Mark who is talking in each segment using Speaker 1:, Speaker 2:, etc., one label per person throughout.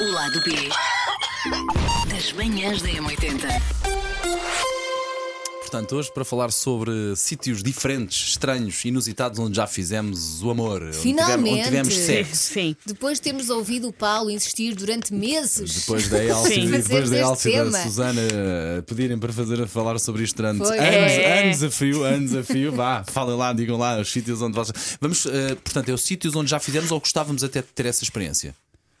Speaker 1: O lado B das manhãs da M80.
Speaker 2: Portanto, hoje para falar sobre sítios diferentes, estranhos, inusitados, onde já fizemos o amor, onde tivemos-
Speaker 3: Finalmente.
Speaker 2: onde tivemos sexo.
Speaker 4: Sim.
Speaker 3: Depois de termos ouvido o Paulo insistir durante meses.
Speaker 2: Depois da Elsa,
Speaker 4: Sim.
Speaker 2: depois
Speaker 3: Fazemos
Speaker 2: da
Speaker 3: este
Speaker 2: Elsa e da
Speaker 3: tema.
Speaker 2: Susana eh, pedirem para fazer falar sobre isto durante
Speaker 3: Foi.
Speaker 2: anos,
Speaker 4: É.
Speaker 2: anos a fio, anos a fio, vá, falem lá, digam lá os sítios onde vocês. Vamos, eh, portanto, é os sítios onde já fizemos ou gostávamos até de ter essa experiência?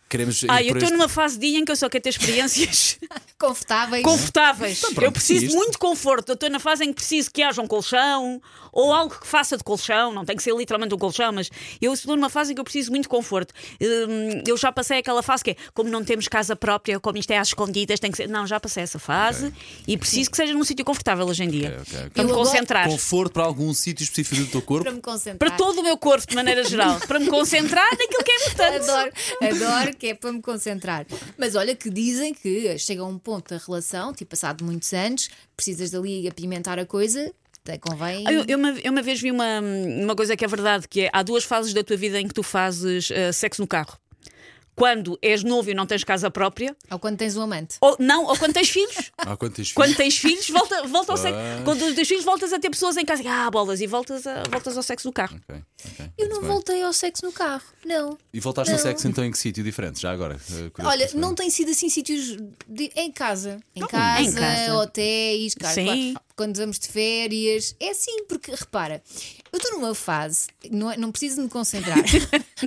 Speaker 2: Queremos ir
Speaker 4: Ah, eu
Speaker 2: por
Speaker 4: estou
Speaker 2: este-
Speaker 4: numa fase de dia em que eu só quero ter experiências
Speaker 3: Confortáveis.
Speaker 4: confortáveis.
Speaker 2: Então pronto,
Speaker 4: eu preciso
Speaker 2: isto.
Speaker 4: muito conforto. Eu estou na fase em que preciso que haja um colchão ou algo que faça de colchão. Não tem que ser literalmente um colchão, mas eu estou numa fase em que eu preciso muito conforto. Hum, Eu já passei aquela fase que é como não temos casa própria, como isto é às escondidas, tem que ser. Não, já passei essa fase e preciso que seja num sítio confortável hoje em dia.
Speaker 2: Ok, ok, ok.
Speaker 4: Para me
Speaker 3: Eu adoro-
Speaker 4: concentrar.
Speaker 2: Conforto para algum sítio específico do teu corpo?
Speaker 3: Para me concentrar.
Speaker 4: Para todo o meu corpo, de maneira geral. para me concentrar naquilo que é importante.
Speaker 3: Adoro, adoro que é para me concentrar. Mas olha que dizem que chega a um ponto da relação, tipo passado muitos anos, precisas dali apimentar a coisa, te convém.
Speaker 4: Ah, Eu, eu uma, eu uma vez vi uma, uma coisa que é verdade, que é há duas fases da tua vida em que tu fazes eh, sexo no carro. Quando és novo e não tens casa própria,
Speaker 3: Ou quando tens um amante.
Speaker 4: ou não, ou quando tens filhos.
Speaker 2: Há quantos
Speaker 4: Quando tens filhos, volta, volta ao sexo.
Speaker 2: Pois.
Speaker 4: Quando tens filhos, voltas a ter pessoas em casa. Ah, bolas, e voltas, a- voltas ao sexo no carro.
Speaker 2: Ok, ok,
Speaker 3: Eu
Speaker 2: muito
Speaker 3: não
Speaker 2: bem.
Speaker 3: voltei ao sexo no carro, não.
Speaker 2: E voltaste ao
Speaker 3: Não.
Speaker 2: sexo então em que sítio diferente? Já agora? eh, curioso
Speaker 3: Olha,
Speaker 2: para saber.
Speaker 3: não tem sido assim sítios de- em casa. Em, casa,
Speaker 4: em casa.
Speaker 3: hotéis, cara,
Speaker 4: Sim.
Speaker 3: claro, quando vamos de férias. É assim, porque repara, eu estou numa fase, não, é- não preciso me concentrar,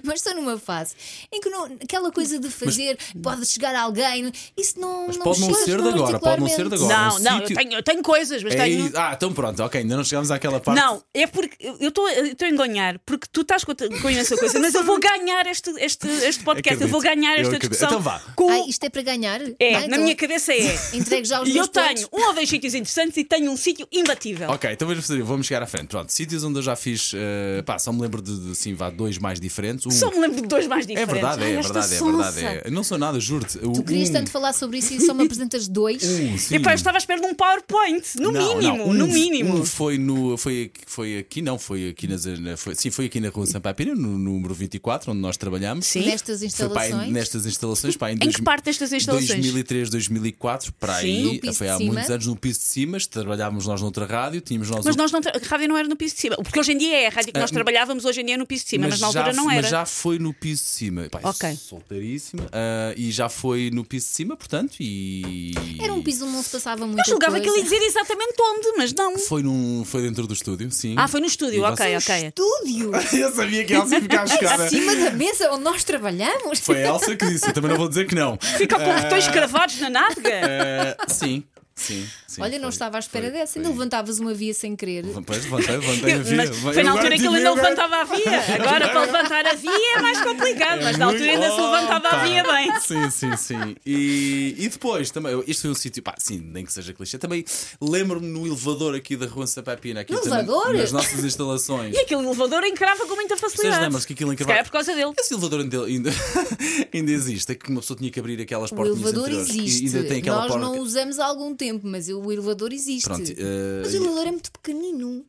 Speaker 3: mas estou numa fase em que não- aquela coisa de fazer, pode chegar alguém, isso não.
Speaker 2: Mas
Speaker 3: não
Speaker 2: pode
Speaker 3: me
Speaker 2: não
Speaker 3: chega
Speaker 2: ser de agora, pode não ser de
Speaker 3: particularmente.
Speaker 2: agora.
Speaker 4: não,
Speaker 2: um
Speaker 4: não,
Speaker 2: sítio-
Speaker 4: eu, tenho, eu tenho coisas, mas
Speaker 2: É
Speaker 4: tenho.
Speaker 2: isso. Ah, então pronto, ok, ainda não chegamos àquela parte.
Speaker 4: Não, é porque eu estou a enganhar, porque tu estás com, a- com essa coisa, mas eu vou ganhar este, este, este podcast, eu vou
Speaker 2: Acredito,
Speaker 4: ganhar
Speaker 2: eu
Speaker 4: esta
Speaker 2: acredito.
Speaker 4: discussão.
Speaker 2: Então vá.
Speaker 4: com-
Speaker 3: Ai, isto é para ganhar?
Speaker 4: É,
Speaker 3: Ah,
Speaker 4: na
Speaker 3: então,
Speaker 4: minha cabeça é.
Speaker 3: Entregue já os
Speaker 4: E eu
Speaker 3: meus
Speaker 4: tenho
Speaker 3: pontos.
Speaker 4: um ou dois sítios interessantes e tenho um sítio imbatível.
Speaker 2: Ok, então vamos fazer, vamos chegar à frente. Pronto, sítios onde eu já fiz, eh, pá, só me lembro de, de assim, vá, dois mais diferentes. Um,
Speaker 4: Só me lembro de dois mais
Speaker 2: é
Speaker 4: diferentes.
Speaker 2: verdade, é,
Speaker 4: Ai, esta
Speaker 2: verdade, é
Speaker 4: sonsa.
Speaker 2: verdade. é. Não sou nada, juro-te. O-
Speaker 3: Tu querias
Speaker 2: um,
Speaker 3: tanto falar sobre isso e só
Speaker 2: Hum.
Speaker 3: me apresentas dois.
Speaker 2: um, sim.
Speaker 4: E pá, eu estava à espera de um PowerPoint, no
Speaker 2: Não,
Speaker 4: mínimo,
Speaker 2: não, um-
Speaker 4: no mínimo.
Speaker 2: Um foi, no, foi, foi aqui, não, foi aqui nas, na- foi, sim, foi aqui na Rua Sampaipira, no número 24, onde nós trabalhamos.
Speaker 4: Sim.
Speaker 3: Nestas
Speaker 2: Foi pá, em-
Speaker 3: instalações.
Speaker 2: nestas instalações, pá, em,
Speaker 4: que
Speaker 2: dois-
Speaker 4: parte destas instalações?
Speaker 2: 2003, 2004, para
Speaker 4: Sim.
Speaker 2: aí,
Speaker 3: No piso
Speaker 2: foi
Speaker 3: de
Speaker 2: há
Speaker 3: cima.
Speaker 2: muitos anos no piso de cima, trabalhávamos nós noutra rádio, tínhamos nós um
Speaker 4: Mas
Speaker 2: o-
Speaker 4: nós não. tra- A rádio não era no piso de cima. Porque hoje em dia é. A rádio que nós trabalhávamos hoje em dia é no piso de cima, mas, na altura
Speaker 2: já,
Speaker 4: não era.
Speaker 2: Ah, Mas já foi no piso de cima. Pá,
Speaker 4: Ok.
Speaker 2: Solteiríssima. Ah, e já foi no piso de cima, portanto, e.
Speaker 3: Era um piso onde não se passava muito.
Speaker 4: Eu julgava que ele ia dizer exatamente onde, mas não.
Speaker 2: Foi, num, foi dentro do estúdio, sim.
Speaker 4: É. Ah, foi no estúdio,
Speaker 2: E
Speaker 4: ok,
Speaker 2: vocês-
Speaker 4: ok. É
Speaker 3: Estúdio!
Speaker 2: Eu sabia que a Elsa ia ficar chocada.
Speaker 3: Acima da mesa onde nós trabalhamos?
Speaker 2: Tá Foi a Elsa que disse, eu também não vou dizer que não.
Speaker 4: Fica com botões cravados na nádega.
Speaker 2: Ah, sim, sim, sim.
Speaker 3: Olha, não
Speaker 2: foi,
Speaker 3: estava à espera
Speaker 2: foi,
Speaker 3: dessa. Ainda
Speaker 2: foi.
Speaker 3: levantavas uma via sem querer.
Speaker 2: Pois, levantei, levantei a via.
Speaker 4: Mas foi na altura que ele ainda levantava a via. Agora para levantar a via é mais complicado, mas na altura ainda se levantava a via bem.
Speaker 2: Sim, sim, sim. E, e depois também, eu- isto foi um sítio, pá, sim, nem que seja clichê. Também lembro-me no elevador aqui da Rua Sapapina, aqui
Speaker 3: No
Speaker 2: também,
Speaker 3: elevador?
Speaker 2: nas nossas instalações.
Speaker 4: E aquele elevador encrava com muita
Speaker 2: Vocês
Speaker 4: facilidade.
Speaker 2: lembram-se que aquilo
Speaker 4: Se
Speaker 2: encravava.
Speaker 4: calhar por causa dele.
Speaker 2: Esse elevador ainda, ainda, ainda existe, é que uma pessoa tinha que abrir aquelas
Speaker 3: O
Speaker 2: portinhas
Speaker 3: elevador
Speaker 2: anteriores. E
Speaker 3: existe.
Speaker 2: ainda tem aquela
Speaker 3: Nós
Speaker 2: porta.
Speaker 3: não o usamos há algum tempo, mas o elevador existe.
Speaker 2: Pronto, eh,
Speaker 3: Mas o elevador é muito pequenino.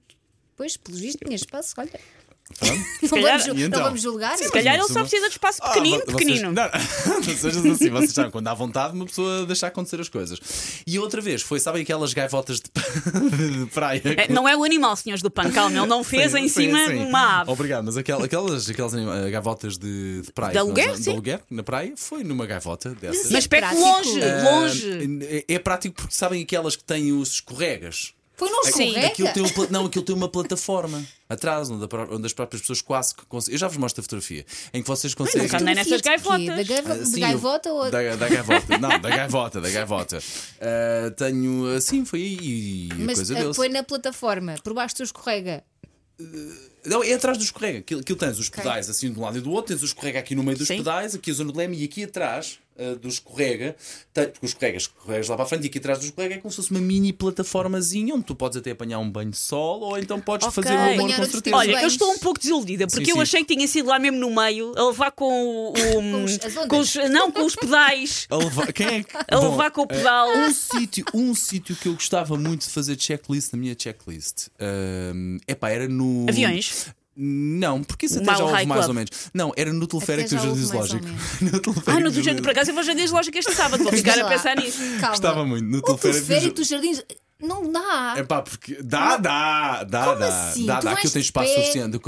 Speaker 3: Pois, pelo visto, tinha espaço, olha.
Speaker 2: pronto.
Speaker 3: Não,
Speaker 4: calhar-
Speaker 3: vamos, ju-
Speaker 2: E então?
Speaker 3: não vamos julgar.
Speaker 4: Se calhar ele
Speaker 2: pessoa-
Speaker 4: só precisa de espaço
Speaker 2: Ah,
Speaker 4: pequenino,
Speaker 2: vo- vocês-
Speaker 4: pequenino.
Speaker 2: não, não sejas assim, vocês sabem, quando há vontade, uma pessoa deixa acontecer as coisas. E outra vez, foi, sabem aquelas gaivotas de, de praia?
Speaker 4: É, não é o animal, senhores do pano, calma, ele não fez
Speaker 2: Sim,
Speaker 4: em
Speaker 2: sim,
Speaker 4: cima
Speaker 2: sim.
Speaker 4: uma ave.
Speaker 2: Obrigado, mas aquel- aquelas, aquelas anima- eh, gaivotas de, de praia.
Speaker 4: De
Speaker 2: que
Speaker 4: aluguer,
Speaker 2: nós-
Speaker 4: sim.
Speaker 2: aluguer, na praia, foi numa gaivota dessas.
Speaker 4: Mas perto
Speaker 3: Prático.
Speaker 4: longe,
Speaker 3: Ah,
Speaker 4: longe.
Speaker 2: Ah, é, é prático porque sabem aquelas que têm os escorregas.
Speaker 3: Foi não
Speaker 4: Sim.
Speaker 3: escorrega.
Speaker 2: Aquilo tem, um pla- não, aquilo tem uma plataforma atrás, onde, a pró- onde as próprias pessoas quase que conseguem. Eu já vos mostro a fotografia em que vocês conseguem.
Speaker 4: nunca andei é nessas
Speaker 3: Fotografia de quê?
Speaker 4: gaivotas.
Speaker 3: Da, gaiva-
Speaker 2: Ah,
Speaker 3: de
Speaker 2: sim,
Speaker 3: gaivota
Speaker 2: eu-
Speaker 3: ou
Speaker 2: Da, da gaivota, não, da gaivota, da gaivota. Ah, tenho assim, foi aí e a
Speaker 3: Mas
Speaker 2: coisa
Speaker 3: eh,
Speaker 2: deu
Speaker 3: põe na plataforma, por baixo do escorrega.
Speaker 2: Não, é atrás do escorrega. Aquilo, aquilo tens os pedais assim de um lado e do outro, tens o escorrega aqui no meio dos
Speaker 4: Sim.
Speaker 2: pedais, aqui a zona do leme e aqui atrás ah, do escorrega, tem- porque os escorregas, escorregas lá para a frente e aqui atrás do escorrega é como se fosse uma mini plataformazinha onde tu podes até apanhar um banho de sol ou então podes
Speaker 4: Ok.
Speaker 2: fazer o amor
Speaker 3: Apanhar
Speaker 2: com
Speaker 3: outros
Speaker 2: certeza.
Speaker 3: tipos de
Speaker 4: Olha, eu
Speaker 3: bens.
Speaker 4: estou um pouco desiludida porque
Speaker 2: assim- Sim,
Speaker 4: eu
Speaker 2: sim.
Speaker 4: achei que tinha sido lá mesmo no meio a levar com o.
Speaker 3: Com os- as ondas.
Speaker 4: Hum. com os- não, com os pedais.
Speaker 2: A levar, quem é que-
Speaker 4: A
Speaker 2: Bom,
Speaker 4: levar com o pedal.
Speaker 2: Um sítio, um sítio que eu gostava muito de fazer checklist na minha checklist. É eh, epá, era no.
Speaker 4: Aviões.
Speaker 2: Não, porque isso
Speaker 4: O
Speaker 2: até já
Speaker 4: Mile
Speaker 2: houve
Speaker 4: High
Speaker 2: mais
Speaker 4: Club.
Speaker 2: ou menos. Não, era no teleférico
Speaker 3: Até
Speaker 2: do
Speaker 3: já houve
Speaker 2: Jardim
Speaker 3: mais ou
Speaker 2: Zoológico. no teleférico
Speaker 4: Ah, no
Speaker 2: do
Speaker 4: do Jardim, por acaso eu vou jardim lógico este sábado, vou ficar a
Speaker 3: lá.
Speaker 4: pensar nisso.
Speaker 3: Calma.
Speaker 2: Gostava muito, no
Speaker 3: O
Speaker 2: teleférico do
Speaker 3: teleférico
Speaker 2: Jardim-
Speaker 3: dos jardins não dá.
Speaker 2: É pá, porque dá, dá, dá,
Speaker 3: Como
Speaker 2: dá,
Speaker 3: assim?
Speaker 2: dá,
Speaker 3: Tu
Speaker 2: dá,
Speaker 3: vais
Speaker 2: aquilo tem
Speaker 3: de
Speaker 2: espaço
Speaker 3: pé?
Speaker 2: suficiente.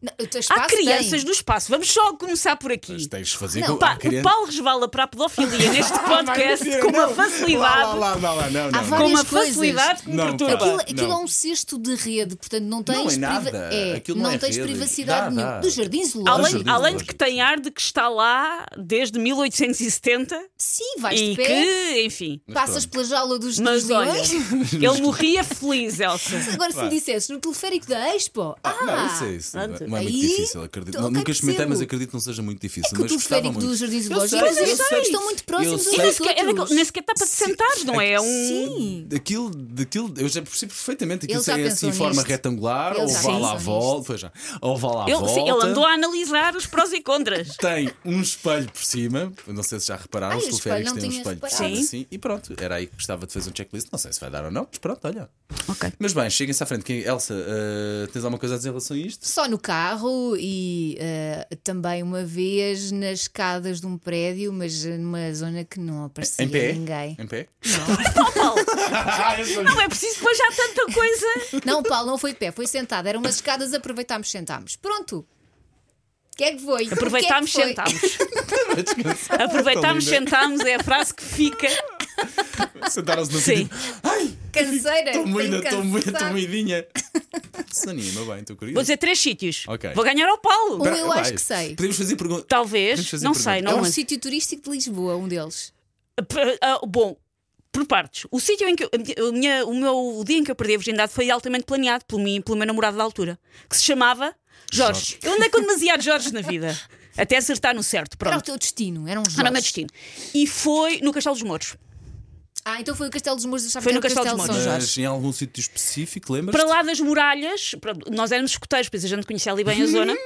Speaker 3: Não, o teu espaço
Speaker 4: Há crianças
Speaker 3: tem.
Speaker 4: no espaço, vamos só começar por
Speaker 2: Mas
Speaker 4: aqui.
Speaker 2: tens de fazer
Speaker 3: Não,
Speaker 2: com
Speaker 4: Pá,
Speaker 2: há criança-
Speaker 4: o Paulo resvala para a pedofilia neste
Speaker 2: Ah,
Speaker 4: podcast
Speaker 2: mentira,
Speaker 4: com uma
Speaker 2: não. Lá,
Speaker 4: facilidade.
Speaker 2: lá, lá, lá, não, não,
Speaker 3: Há
Speaker 4: Com
Speaker 2: não.
Speaker 3: várias
Speaker 4: uma
Speaker 3: coisas.
Speaker 4: facilidade que me
Speaker 2: Não, pá.
Speaker 4: perturba.
Speaker 3: Aquilo,
Speaker 2: Não.
Speaker 3: aquilo é um cesto de rede, portanto não tens
Speaker 2: é nada.
Speaker 3: priva- é,
Speaker 2: Aquilo não é
Speaker 3: tens
Speaker 2: rede. Dá,
Speaker 3: privacidade nenhuma.
Speaker 2: dá.
Speaker 3: Do jardim zoológico.
Speaker 4: Além,
Speaker 2: Jardim
Speaker 4: além de
Speaker 2: Zoológico.
Speaker 4: que tem ar de que está lá desde 1870
Speaker 3: Sim, vais
Speaker 4: e
Speaker 3: de pé,
Speaker 4: que, enfim.
Speaker 3: passas pela jaula dos,
Speaker 4: Mas
Speaker 3: dos
Speaker 4: olha,
Speaker 3: leões.
Speaker 4: ele morria feliz, Elsa.
Speaker 3: Agora, se me
Speaker 2: Vá.
Speaker 3: dissesses no teleférico da Expo, ah,
Speaker 2: Ah, não, isso é isso. Não é- não é
Speaker 4: pronto.
Speaker 2: muito
Speaker 3: Aí,
Speaker 2: difícil, acredito.
Speaker 3: tô-
Speaker 2: Não-
Speaker 3: ok,
Speaker 2: Nunca experimentei,
Speaker 3: percebo.
Speaker 2: mas acredito que não seja muito difícil.
Speaker 3: que o
Speaker 2: mas gostava
Speaker 3: teleférico
Speaker 2: muito.
Speaker 3: dos jardins
Speaker 2: Eu sei,
Speaker 3: zoológicos
Speaker 2: eu sei.
Speaker 3: estão muito
Speaker 2: Eu
Speaker 3: próximos uns
Speaker 4: E
Speaker 2: sei.
Speaker 4: nem
Speaker 3: dos
Speaker 4: sequer, é daquele-
Speaker 3: outros.
Speaker 4: nem sequer está para sentados, não é? É um.
Speaker 3: Sim.
Speaker 2: Aquilo, daquilo, eu já percebo perfeitamente. Aquilo
Speaker 3: Ele já
Speaker 2: é
Speaker 3: pensou
Speaker 2: assim, forma
Speaker 3: nisto.
Speaker 2: retangular,
Speaker 3: Ele
Speaker 2: ou
Speaker 3: já
Speaker 2: vá lá à
Speaker 3: pensou
Speaker 2: volta, pois já, ou vá lá à
Speaker 4: Ele,
Speaker 2: volta.
Speaker 4: sim, ele andou a analisar os prós e contras.
Speaker 2: Tem um espelho por cima, eu não sei se já repararam,
Speaker 3: Ai,
Speaker 2: os
Speaker 3: o
Speaker 2: teleféricos
Speaker 3: espelho, não
Speaker 2: têm um
Speaker 3: tinha
Speaker 2: espelho por
Speaker 3: reparado.
Speaker 2: cima
Speaker 4: Sim.
Speaker 2: assim, e pronto, era aí que gostava de fazer um checklist, não sei se vai dar ou não, mas pronto, olha.
Speaker 4: Ok.
Speaker 2: Mas bem, cheguem-se à frente. Quem- Elsa, eh, tens alguma coisa a dizer em relação a isto?
Speaker 3: Só no carro e eh, também uma vez nas escadas de um prédio, mas numa zona que não aparecia
Speaker 2: Em pé?
Speaker 3: ninguém.
Speaker 2: Em pé?
Speaker 4: Não é preciso depois já tanta coisa.
Speaker 3: Não, Paulo, não foi de pé, foi sentado. Eram umas escadas, aproveitámos, sentámos. Pronto. O que é que foi?
Speaker 4: Aproveitámos,
Speaker 3: O que é que foi?
Speaker 4: sentámos.
Speaker 2: Descansar.
Speaker 4: Aproveitámos,
Speaker 2: Está linda.
Speaker 4: sentámos, é a frase que fica.
Speaker 2: Sentaram-se no
Speaker 4: Sim.
Speaker 2: sentido. Ai,
Speaker 3: Canseira.
Speaker 2: estou moída,
Speaker 3: tenho
Speaker 2: estou moída,
Speaker 3: cansado.
Speaker 2: estou moidinha. Se anima, bem, estou curioso.
Speaker 4: Vou dizer três sítios.
Speaker 2: Ok.
Speaker 4: Vou ganhar ao Paulo.
Speaker 3: Um eu
Speaker 2: Vai,
Speaker 3: acho que sei.
Speaker 2: Podemos fazer perguntas.
Speaker 4: Talvez,
Speaker 2: Deixa eu fazer
Speaker 4: não
Speaker 2: pergunta.
Speaker 4: sei,
Speaker 3: É
Speaker 4: não
Speaker 3: um
Speaker 4: é
Speaker 3: sítio turístico de Lisboa, um deles.
Speaker 4: eh, Bom, por partes. O sítio em que eu- a minha- a minha- o meu o dia em que eu perdi a virgindade foi altamente planeado por mim, e pelo meu namorado da altura, que se chamava Jorge. Eu andei com demasiado Jorge na vida. Até acertar no certo,
Speaker 3: Era o
Speaker 4: pronto.
Speaker 3: teu destino, era um
Speaker 4: Era o
Speaker 3: jogo.
Speaker 4: meu destino. E foi no Castelo dos Mouros.
Speaker 3: Ah, então foi o Castelo dos Mouros, eu achava
Speaker 4: Foi
Speaker 3: que era
Speaker 4: no
Speaker 3: o
Speaker 4: Castelo dos
Speaker 3: de São
Speaker 4: Mouros.
Speaker 3: Jorge.
Speaker 2: Mas em algum sítio específico, lembras?
Speaker 4: Para lá das muralhas, para- nós éramos escuteiros, pois a gente conhecia ali bem a zona.
Speaker 2: Uhum.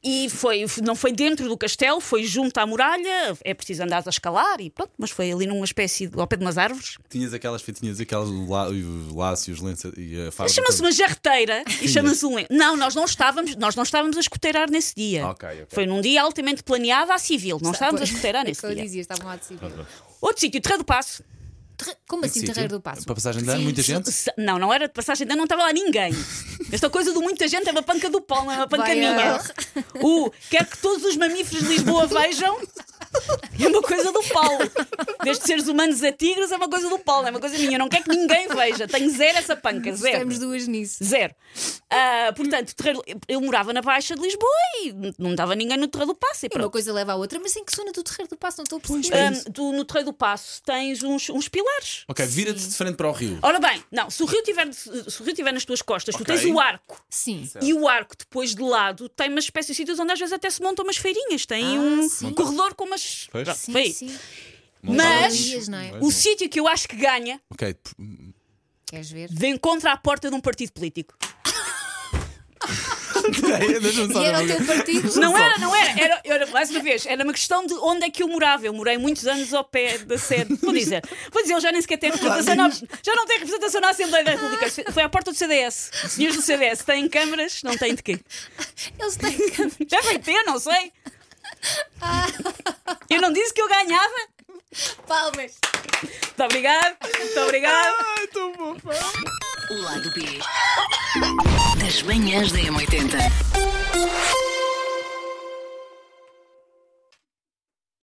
Speaker 4: E foi, não foi dentro do castelo, foi junto à muralha, é preciso andar a escalar e pronto, mas foi ali numa espécie de, ao pé de umas árvores.
Speaker 2: Tinhas aquelas fitinhas, aquelas lá, os laços, lença e a farda.
Speaker 4: Chama-se uma jarreteira e
Speaker 2: Tinhas.
Speaker 4: chama-se um lenço. Não, nós não estávamos, nós não estávamos a escuteirar nesse dia.
Speaker 2: Ok, ok.
Speaker 4: Foi num dia altamente planeado à civil, não estávamos a
Speaker 3: É
Speaker 4: escuteirar
Speaker 3: o que
Speaker 4: nesse
Speaker 3: eu
Speaker 4: dia.
Speaker 3: dizia, estavam lá de civil.
Speaker 4: Outro sítio, Terra do Passo.
Speaker 3: Terre-
Speaker 2: Em
Speaker 3: Como
Speaker 2: que
Speaker 3: assim, Terreiro
Speaker 2: sítio?
Speaker 3: do Passo?
Speaker 2: Para passagem de ano, muita gente?
Speaker 4: Se- Não, não era de passagem, ainda não estava lá ninguém. Esta coisa do muita gente é uma panca do pão, é uma panca
Speaker 3: Vai,
Speaker 4: minha.
Speaker 3: ah.
Speaker 4: O quer que todos os mamíferos de Lisboa vejam. É uma coisa do Paulo. Desde seres humanos a tigres é uma coisa do Paulo, é uma coisa minha. Eu Não quer que ninguém veja. Tenho zero essa panca, zero.
Speaker 3: Temos duas nisso.
Speaker 4: Zero. Ah, portanto, terreiro- eu morava na Baixa de Lisboa e não estava ninguém no Terreiro do Passo.
Speaker 3: E
Speaker 4: E
Speaker 3: uma
Speaker 4: pronto.
Speaker 3: coisa leva à outra, mas em que zona do Terreiro do Passo? Não estou a perceber.
Speaker 4: Ah, tu, no Terreiro do Passo tens uns, uns pilares.
Speaker 2: Ok, vira-te de frente para o
Speaker 3: Oh,
Speaker 2: rio.
Speaker 4: Ora bem, não, se o rio tiver, se o rio tiver nas tuas costas, tu
Speaker 2: Ok.
Speaker 4: tens o arco.
Speaker 3: Sim.
Speaker 4: E o arco, depois de lado, tem uma espécie de sítios onde às vezes até se montam umas feirinhas. Tem
Speaker 3: Ah,
Speaker 4: um
Speaker 3: sim.
Speaker 4: corredor com umas.
Speaker 2: Pois.
Speaker 4: Pronto,
Speaker 3: Sim,
Speaker 4: foi aí.
Speaker 3: sim.
Speaker 4: Mas
Speaker 3: Dias, não é?
Speaker 4: o sítio que eu acho que ganha
Speaker 2: Ok, p-
Speaker 3: Queres ver?
Speaker 4: de encontro à porta de um partido político.
Speaker 2: Peraí, deixa-me só
Speaker 3: E era
Speaker 2: dar
Speaker 3: o
Speaker 2: uma-
Speaker 3: teu partido?
Speaker 4: Não era, não era. era, era mais uma vez, era uma questão de onde é que eu morava. Eu morei muitos anos ao pé da sede. Vou dizer, vou dizer, ele já nem sequer tem representação. Na, já não tem representação na Assembleia da República. Foi à porta do CDS. Os senhores do CDS têm câmaras, não têm de quê?
Speaker 3: Eles têm que-
Speaker 4: Já vai ter, não sei.
Speaker 3: Ah.
Speaker 4: Eu não disse que eu ganhava.
Speaker 3: palmas.
Speaker 4: Muito obrigado, muito obrigado.
Speaker 1: O lado B das manhãs da M80.